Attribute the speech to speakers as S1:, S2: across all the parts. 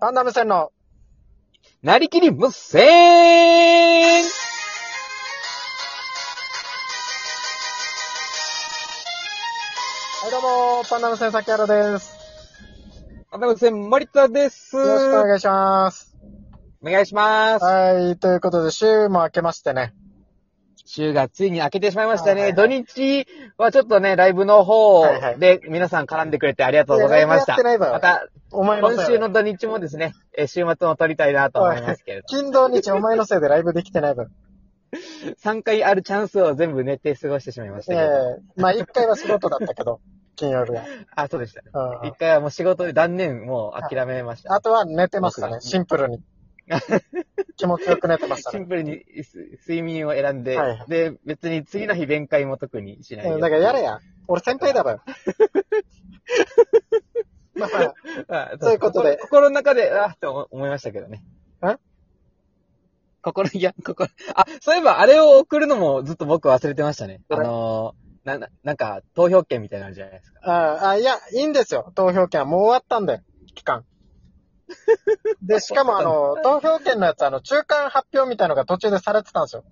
S1: パンダム線の、
S2: なりきり無線
S1: はいどうも、パンダム線崎原です。
S2: また無線森田です。
S1: よろしくお
S2: お
S1: 願いします。
S2: 願いします。
S1: はい、ということで、週も明けましてね。
S2: 週がついに明けてしまいました
S1: はい
S2: ね。
S1: は
S2: 土
S1: い
S2: 日はちょっとね、ライブの方
S1: はいはい
S2: で皆さん絡んでくれてありがとうございまし
S1: い
S2: た。
S1: やライブや
S2: ま
S1: ってない
S2: た、
S1: お前のせい
S2: 今週
S1: で。
S2: の土日もですね、えー週末も撮りたいなと思いますけれど。
S1: 金土日お前のせいでライブできてない分。
S2: 3回あるチャンスを全部寝て過ごしてし まいまし
S1: え
S2: た
S1: え
S2: けど。
S1: まあ一回は仕事だったけど、 金曜日は。
S2: あ、そうでしたね。
S1: うん
S2: 一回はもう仕事で断念、もう諦めました。
S1: あとは寝てましたね、シンプ ルに。気持ちよく寝てました
S2: シ
S1: ね。
S2: ンプルにす睡眠を選んで、
S1: はいはい
S2: で、別に次の日弁解も特にしないよ
S1: うんだからやれや。俺先輩だ ばよ。まあまあ、
S2: まあ
S1: ということで
S2: 心心の中で、あーって思思いましたけどね。
S1: え
S2: 心、いや、心、あ、そういえばあれを送るのもずっと僕忘れてましたね。
S1: ど
S2: あ
S1: れ
S2: のーな、ななんか、投票権みたいなのあるじゃないですか。
S1: ああ、いや、いいんですよ。投票権はもう終わったんだよ。期 間。で、しかもあの、投票権のやつ、あの、中間発表みたいのが途中でされてたんですよ。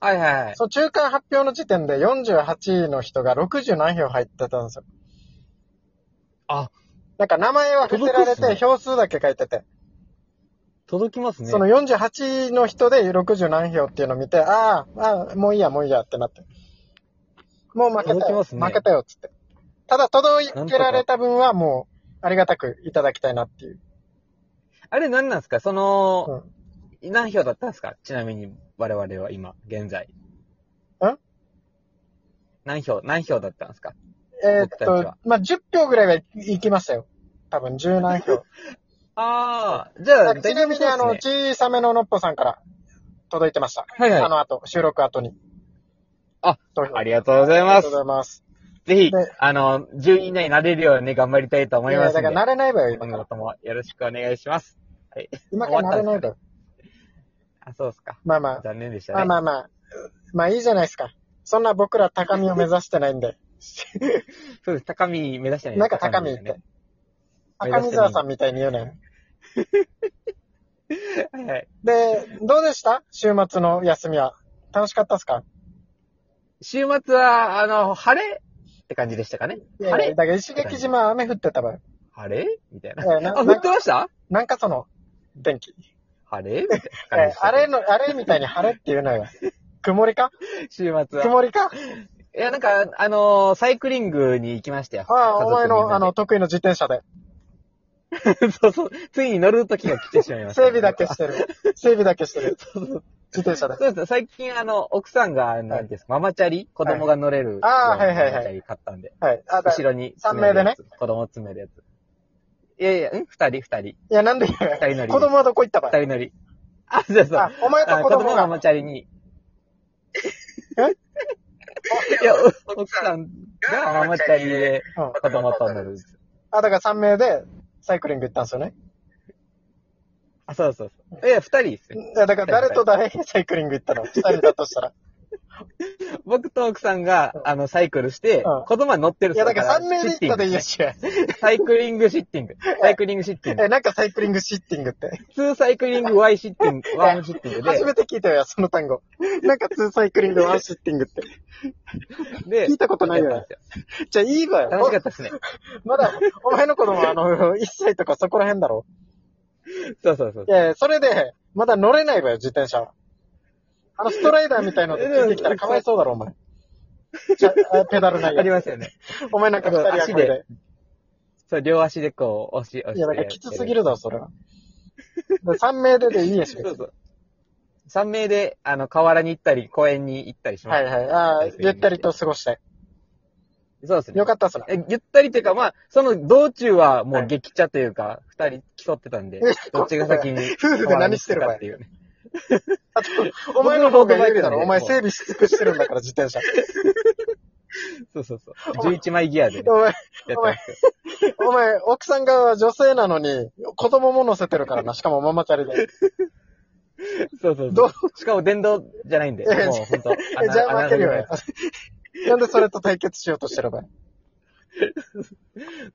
S2: はいはいはい。
S1: その中間発表の時点で48位の人が60何票入ってたんですよ。
S2: あ、
S1: なんか名前は伏せられ
S2: 届くっす
S1: て
S2: ね
S1: 票数だけ書いてて、
S2: 届きますね。
S1: その48位の人で60何票っていうのを見て、ああ、ああ、もういいや、もういいやってなって。もう負けた
S2: 届き
S1: よ、
S2: ますね
S1: 負けたよっつって。ただ届けられた分はもうありがたくいただきたいなっていう。
S2: あれ何なんですかその、
S1: う
S2: 何票だったんですかちなみに、我々は今、現在。
S1: ん
S2: 何票、何票だったんですか
S1: えーっ
S2: 僕たちは
S1: と、まあ、10票ぐらいはいきましたよ。多分、十何票。
S2: あ あ、じゃあ、
S1: ちなみに、あの、
S2: 大丈夫そう
S1: 小さめののっぽさんから届いてました。
S2: ですねはい
S1: あ
S2: はい。
S1: の後、収録後に。
S2: あ
S1: 投票、
S2: ありがとうござ
S1: あ
S2: い
S1: りが
S2: ます
S1: とうご。ざいます。
S2: ぜひ
S1: で、
S2: あの、10位以内になれるように頑張りたいと思います
S1: やだ
S2: ので。
S1: から慣れないわよ、今か
S2: 今後
S1: ら。
S2: ともよろしくお願いします。
S1: 今から慣れないわよ。
S2: あ、そうですか。
S1: まあまあ、
S2: 残念でした
S1: まあ
S2: ね。
S1: まあまあ、まあいいじゃないですか。そんな僕ら高みを目指してないん で。
S2: そうです。高み目指してない
S1: なんか高みって。。高見沢さんみたいに言うね。
S2: はいはい。
S1: で、どうでした週末の休みは。楽しかったっすか
S2: 週末は、あの、晴れって感じでしたかね。
S1: いやい
S2: 晴
S1: や
S2: れ
S1: だから石垣島雨降ってたわよ。
S2: 晴れみたい
S1: え
S2: な。
S1: ーな な
S2: あ、
S1: ん
S2: 降っ
S1: か
S2: てました
S1: なんかその、天気。
S2: 晴れみたいな感じ
S1: え
S2: でした
S1: あ
S2: けど
S1: れの、あれみたいに晴れっていうのよ。曇りか
S2: 週末は。
S1: 曇りか
S2: いや、なんか、あの、サイクリングに行きましたよ。
S1: ああ、お前の、あの、
S2: 家
S1: 得意の自転車で。
S2: 族みんなで、 そうそう。ついに乗る時が来てしまいました
S1: 整
S2: ね。
S1: 備だけしてる。整備だけ してる。自転車で。
S2: そうです。最近、あの、奥さんが、なんていうんですか、ママチャリ子供が乗れる。
S1: あーはいはいはい
S2: ママチャリ買ったんで。
S1: はい。あ、だ
S2: 後
S1: い
S2: ろに。
S1: 三名でね。
S2: 子供詰めるやつ。いやいや、ん二人、二人。
S1: や、なんで
S2: 二人乗り。
S1: 子供はどこ行ったば
S2: 二人乗り。あ、そうそう。
S1: あ、お前と
S2: あ
S1: 子
S2: 子供
S1: 供
S2: が
S1: が。
S2: マチャリに。いや、奥さんがママチャリで
S1: うん
S2: 子供と乗る。
S1: あ、だから3名でサイクリング行ったんですよね。
S2: あ、そうそうそう。いや、二人ですね。
S1: いや、だから誰と誰がサイクリング行ったの ?2 人だと したら。
S2: 僕と奥さんが、あの、サイクルして
S1: うん、
S2: 子供は乗ってる
S1: いや、だから3名
S2: シ
S1: で行っ
S2: ッティ
S1: た
S2: ング
S1: でいいやし。
S2: サイクリングシッティング。サイクリングシッティング
S1: え、。 なんかサイクリングシッティングって。
S2: 2サイクリング、Y シッティング、ワンシッティング
S1: 初めて聞いたよ、その単語。なんか2サイクリング、1シッティングって。
S2: で、で、
S1: 聞いたことないよ
S2: やったんです
S1: じゃあいいわよ。
S2: 楽しかったですね。
S1: まだ、お前の子供はあの、1歳とかそこら辺だろ。
S2: そうそうそう
S1: い。やいやそれで、まだ乗れないわよ、自転車は。あの、ストライダーみたいのでついてきたらかわいそうだろ、お前。じゃあ、あペダルない
S2: あり
S1: よ。
S2: ますよね。
S1: お前なんか二人はこれで。
S2: そう、両足でこう、押し、
S1: い
S2: 押して。
S1: や、だからきつすぎるだろ、それ は。3名ででいいやし。
S2: そうそう。3名で、あの、河原に行ったり、公園に行ったりしま
S1: は
S2: す。
S1: いはい。ああ、ゆったりと過ごして。
S2: そうですね
S1: よ。かったっすね。
S2: えゆったりというか、まあ、その道中はもう激茶というか、二、人競ってたんで
S1: え、
S2: どっちが先に。
S1: 夫婦で何してる
S2: 河
S1: わ
S2: 原
S1: よ
S2: に行くかっていうね。
S1: あと、お前の方が有利だろ。お
S2: 僕の
S1: 前整
S2: 方が有
S1: 備し尽くしてるんだから、自転 車。
S2: そうそうそう。11枚ギアでね、
S1: お前、
S2: やってますよ。
S1: お前、奥さん側は女性なのに、子供も乗せてるからな。しかもママチャリで。
S2: そうそう
S1: ど
S2: そうう。しかも電動じゃないんで、も
S1: え
S2: う本当
S1: え、じゃあ負けるよ。なんでそれと対決しようとしてるばい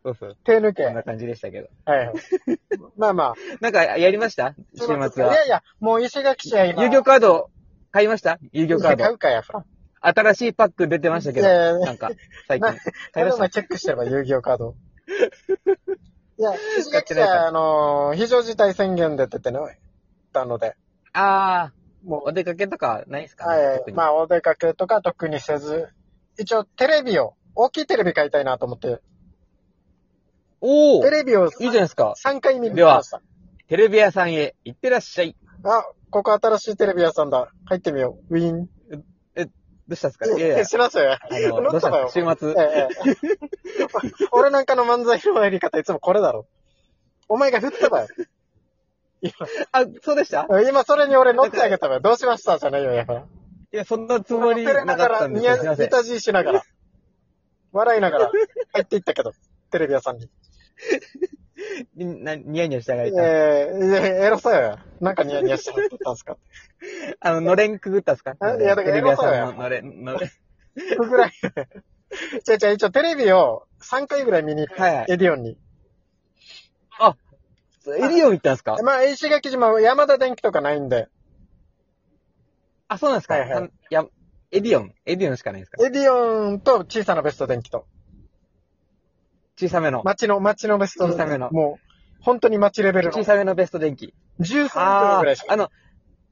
S2: そうそう。
S1: 手抜け。
S2: こん
S1: は
S2: な感じでしたけど。
S1: い。まあまあ。
S2: なんか、やりました週末
S1: い
S2: は。
S1: やいや、もう石垣市は今。
S2: 遊戯カード、買いました遊戯カー
S1: 買
S2: ド。
S1: うかや、フラン。
S2: 新しいパック出てましたけ
S1: い
S2: ど。
S1: やいやいや
S2: なんか、最
S1: な
S2: 近。買い
S1: で
S2: まし
S1: お
S2: た
S1: 前チェックしてれば、遊戯王カード。いや、石
S2: 買っ
S1: 垣
S2: て
S1: 市
S2: ないから
S1: は、あのー非常事態宣言出ててね、たので、
S2: あー、
S1: も
S2: お出かけとかないです
S1: う、
S2: か、
S1: は
S2: 特
S1: い、
S2: に
S1: まあ、お出かけとか特にせず、一応テレビを、大きいテレビ買いたいなと思って、
S2: おー
S1: テレビを
S2: いいじゃないですか。
S1: 3回見に行きました。
S2: テレビ屋さんへ行ってらっしゃい。
S1: あ、ここ新しいテレビ屋さんだ。入ってみよう。ウィーン。。
S2: どうしたんですかいやいや
S1: 知らせよ。
S2: あの、ど
S1: 乗
S2: う
S1: っ
S2: した
S1: たわ
S2: んで
S1: よ。
S2: すか週末。
S1: ええ俺なんかの漫才のやり方いつもこれだろ。お前が振ったばよ。
S2: あ、そうでした
S1: 今それに俺乗ってあげたばよ。どうしましたじゃないよ、やっぱ。
S2: いや、そんなつもり
S1: 照れ
S2: な
S1: な
S2: か
S1: が
S2: った
S1: ら、
S2: んで
S1: ニ
S2: すよ。すい
S1: ヤ
S2: ません
S1: ニ。タじいしながら、笑いながら入っていったけど、テレビ屋さんに。
S2: みんなニヤニヤしてあ
S1: え
S2: が
S1: え
S2: いた。
S1: いやエロそうや。なんかニヤニヤしてたんです か。
S2: あの、のれんくぐったっすか
S1: えいやだから
S2: テレビ屋さ
S1: 偉そうんや
S2: ののれん、 のれん。
S1: ぐらい。ちゃちゃ、一応テレビを3回ぐらい見に行った。
S2: はいはい
S1: エディオンに。
S2: エリオン行ったんすか
S1: まあ、石垣島、山田電機とかないんで、
S2: あ、そうなんですか
S1: はいはい
S2: あや、エディオン、エディオンしかないんですか
S1: エディオンと小さなベスト電機と。
S2: 小さめの。
S1: 街の、街のベスト
S2: 小さめの
S1: もう、本当に街レベルの。
S2: 小さめのベスト電気。
S1: 13秒
S2: あ
S1: ぐらいし
S2: ー、あ
S1: か。
S2: の、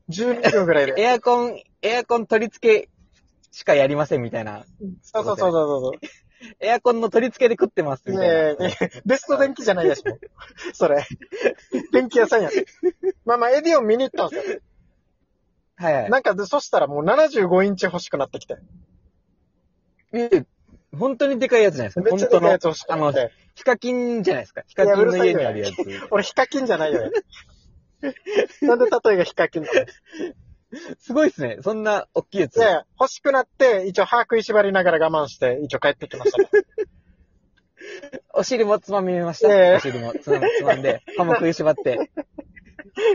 S1: 12秒ぐらいで。
S2: エアコン、エアコン取り付けしかやりませんみたいな。
S1: そうそうそうそう
S2: エアコンの取り付けで食ってます
S1: そう。
S2: み
S1: い
S2: たいな。
S1: やいやいやベスト電気じゃないでしょ。それ。電気屋さんや。まあまあ、エディオン見に行ったんですよ。
S2: はいはい。
S1: なんか、でそしたらもう75インチ欲しくなってきて。
S2: え本当にでかいやつじゃないですか。
S1: めっ
S2: 本
S1: ちゃ
S2: 当
S1: でかい
S2: の
S1: やつ欲しく
S2: あ
S1: なっ
S2: の、
S1: て。
S2: ヒカキンじゃないですか。ヒカキンの家にあるやつ。
S1: 俺、ヒカキンじゃないよ。なんで例えがヒカキ ンなのい
S2: すごいっすね。そんな大きいやつ。
S1: やいや欲しくなって、一応歯食いしばりながら我慢して、一応帰ってきましたね。
S2: お尻もつまみました。
S1: いやいや
S2: お尻もつまつまんで、歯も食いしばって、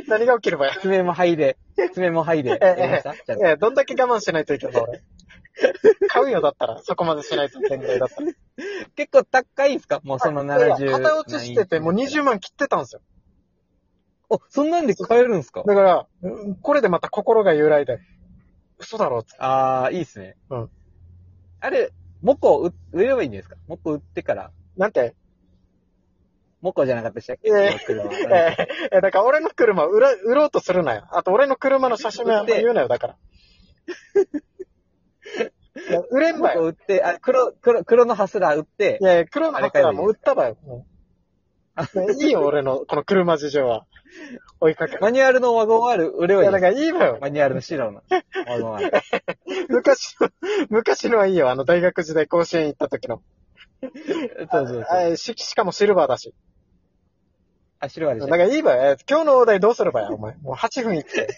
S1: 何が起きればや。
S2: 爪も剥いで、爪も剥いで、
S1: ええ
S2: やりましたじゃあ
S1: ええ、どんだけ我慢しないといけないの俺。買うよ、だったら。そこまでしないと限界だったら。
S2: 結構高いんすかもうその
S1: い
S2: 70。
S1: や片落ちしてて、もう。20万切ってたんですよ。
S2: お、そんなんで買えるんすか
S1: だから、うんこれでまた心が揺らいで、嘘だろ、つって。
S2: あー、いいっすね。
S1: うん。
S2: あれ、モコを売ればいいんじゃないですかモコ売ってから。
S1: なんて、
S2: モコじゃなかったでしたっけ
S1: いやいや
S2: モコ車は
S1: えええ、だから俺の車を売ら売ろうとするなよ。あと俺の車の車種名はあんま言うなよ、だから。いや売れん
S2: モ
S1: ば
S2: コ
S1: よ。
S2: 売って、あ、黒、黒、黒のハスラー売って
S1: い、やいや、黒の箱はもう売ったばよ。もういいよ、俺の、この車事情は。追いかける。
S2: マニュアルのワゴン R 売れ
S1: い
S2: ばいい
S1: や、
S2: んで
S1: だ
S2: すか
S1: からいいばよ。
S2: マニュアルの白のワゴ ン R。
S1: 昔の、昔のはいいよ。あの、大学時代甲子園行った時の。
S2: そうそうそう。
S1: あししかもシルバーだし。
S2: あ、白はで
S1: だ
S2: し
S1: か
S2: た。
S1: らいいわよ。え今日のお題どうすればや、お 前。もう8分いって。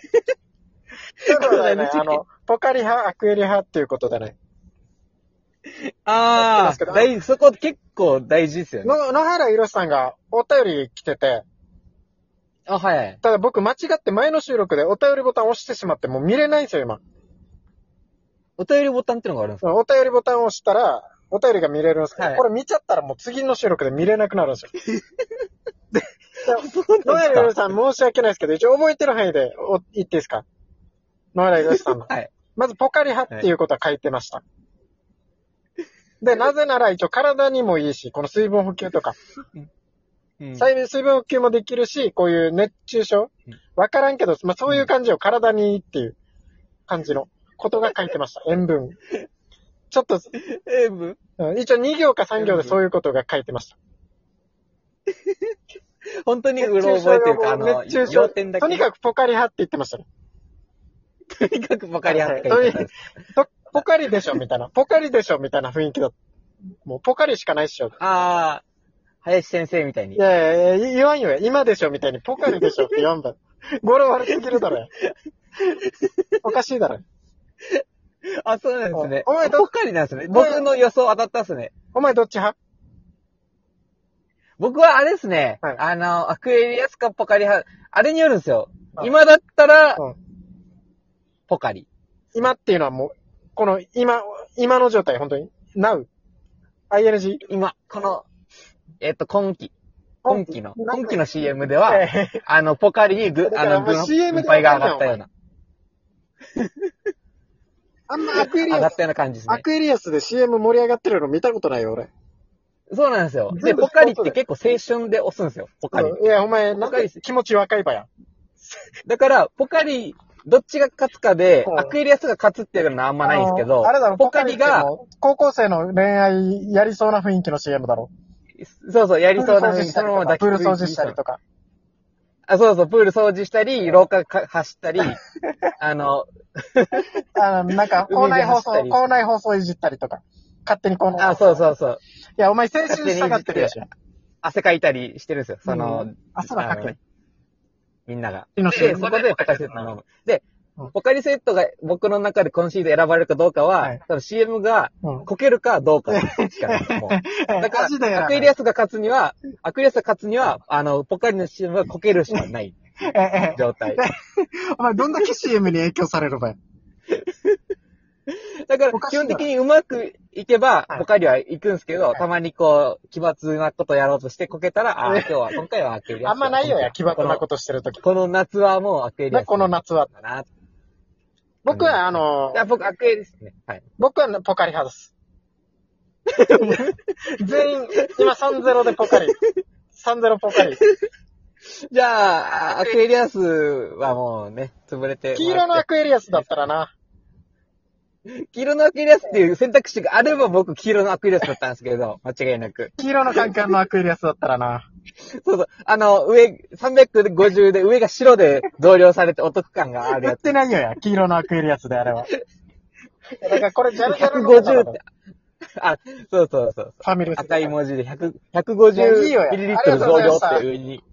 S1: 今日のお題ね、あの、ポカリ派、アクエリ派っていうことでね。
S2: あ
S1: そう
S2: ー、
S1: なん
S2: 大事、そこ結構大事ですよね。
S1: の野原宏さんがお便り来てて、
S2: あ、はいはい。
S1: ただ僕間違って前の収録でお便りボタン押してしまって、もう見れないんですよ、今。
S2: お便りボタンってのがあるんですか
S1: お便りボタンを押したら、お便りが見れるんですけど、
S2: はい
S1: これ見ちゃったらもう次の収録で見れなくなるんですよ。
S2: そう
S1: 野原宏さん申し訳ないですけど、一応覚えてる範囲でお言っていいですか野原宏さんの。
S2: はい。
S1: まずポカリ派っていうことは書いてました。で、なぜなら一応体にもいいし、この水分補給とか、
S2: うん
S1: 最近水分補給もできるし、こういう熱中症
S2: うん
S1: わからんけど、まあそういう感じを体にいいっていう感じのことが書いてま した。塩分。ちょっと、
S2: えぶ
S1: うん一応2行か3行でそういうことが書いてました。
S2: 本当にうろ覚えてるか、あの、
S1: 熱中症
S2: 要点だけ。
S1: とにかくポカリ派って言ってましたね。
S2: く、とにかくばかりあって書いてある
S1: とポカリでしょみたいな。ポカリでしょみたいな雰囲気だった。もうポカリしかないっしょ。
S2: あー、林先生みたいに
S1: い。やいや、言わんよ。今でしょみたいに、ポカリでしょって言わん ば。語呂悪すぎるだろ。おかしいだろ。
S2: あ、そうなんですね。
S1: おお前ど
S2: ばかりなんですね。僕の予想当たったっすね。
S1: お前どっち派
S2: 僕はあれですね、
S1: はい
S2: あの、アクエリアスかポカリ派、あれによるんですよ。
S1: はい
S2: 今だったら、
S1: うん
S2: ポカリ。
S1: 今っていうのはもう、この今、今の状態、本当に。なう ING?
S2: 今、この、えっと、今期、今期の、今期
S1: の
S2: の CM では、あの、ポカリにぐ、
S1: だか
S2: あ
S1: ら
S2: の、
S1: もう
S2: 軍
S1: CM で
S2: 配が上がったような、
S1: あんまアクエリ
S2: 上が
S1: ア
S2: っ
S1: ス、
S2: たような感じです
S1: ア
S2: ね。
S1: クエリアスで CM 盛り上がってるの見たことないよ、俺。
S2: そうなんですよ。で、
S1: 全部
S2: ポカリって結構青春で押すんですよ、ポカリ。
S1: いや、お前、なん
S2: 若い
S1: で
S2: し
S1: 気持ち若いばや。
S2: だから、ポカリ、どっちが勝つかで
S1: う、ん
S2: アクエリアスが勝つっていうのはあんまないんですけど
S1: あのあれだろ、、
S2: ポカリ
S1: って
S2: が、
S1: もう、高校生の恋愛やりそうな雰囲気の CM だろ。
S2: そうそう、やりそうな
S1: プール掃除
S2: 風に
S1: した
S2: そ
S1: り
S2: の
S1: と
S2: まま
S1: か、プー
S2: 抱
S1: ル
S2: きつ
S1: 掃
S2: い
S1: 除したりとか。
S2: あ、そうそう、プール掃除したり、廊下か走っ たり、あの、
S1: あの、なんか、校内放送
S2: 海、で走ったり
S1: 校内放送いじったりとか。勝手にこの。
S2: あ、そう
S1: う。
S2: そうそう、
S1: いや、お前青春したがってるやし。
S2: 汗かいたりしてるんですよ、その、
S1: うん汗はかけ
S2: あの。みんなが。
S1: 命
S2: で、そこでポカリセット飲む。で
S1: うん、
S2: ポカリセットが僕の中で今シーズン選ばれるかどうかは、
S1: はい
S2: 多分 CM が
S1: うん。
S2: こけるかどうかし かない。もうだか
S1: マジで
S2: ら、
S1: や
S2: アクエリアスが勝つには、アクエリアスが勝つには、あの、ポカリの CM はこけるしかない
S1: ええええ
S2: 状態。
S1: お前、どんだけ CM に影響されるばや。
S2: だから、
S1: おかし
S2: 基
S1: いな
S2: 本的にうまくいけば
S1: はい、
S2: ポカリは行くんですけど、
S1: い
S2: たまにこう、奇抜なことやろうとしてこけたら、ああ、
S1: え
S2: 今日は、今回はアクエリアスだ。
S1: あんまないよや、奇抜なことしてるとき。
S2: この。この夏はもうアクエリア
S1: な
S2: ス。
S1: この夏は。
S2: だな。い
S1: 僕は、あの、
S2: や、僕、アクエリアスね。はい。
S1: 僕はポカリ派 です。全員、今3-0でポカリ。3-0ポカリ。
S2: じゃあ、アクエリアスはもうね、潰れて。
S1: 黄色のアクエリアスだったらな。
S2: 黄色のアクエリアスっていう選択肢があれば僕、黄色のアクエリアスだったんですけど、間違いなく。
S1: 黄色のカンカンのアクエリアスだったらな。
S2: そうそう。あの、上、350で、上が白で増量されてお得感がある
S1: や
S2: や
S1: っ
S2: つ。
S1: てないよや、黄色のアクエリアスであれは。 だからこれジャルジャルのことだ
S2: 150っ
S1: ろ
S2: て。あ、そうそうそう。
S1: ファミレス。
S2: 赤い文字で100
S1: いやいいよや
S2: 150ミリリットル増量って上に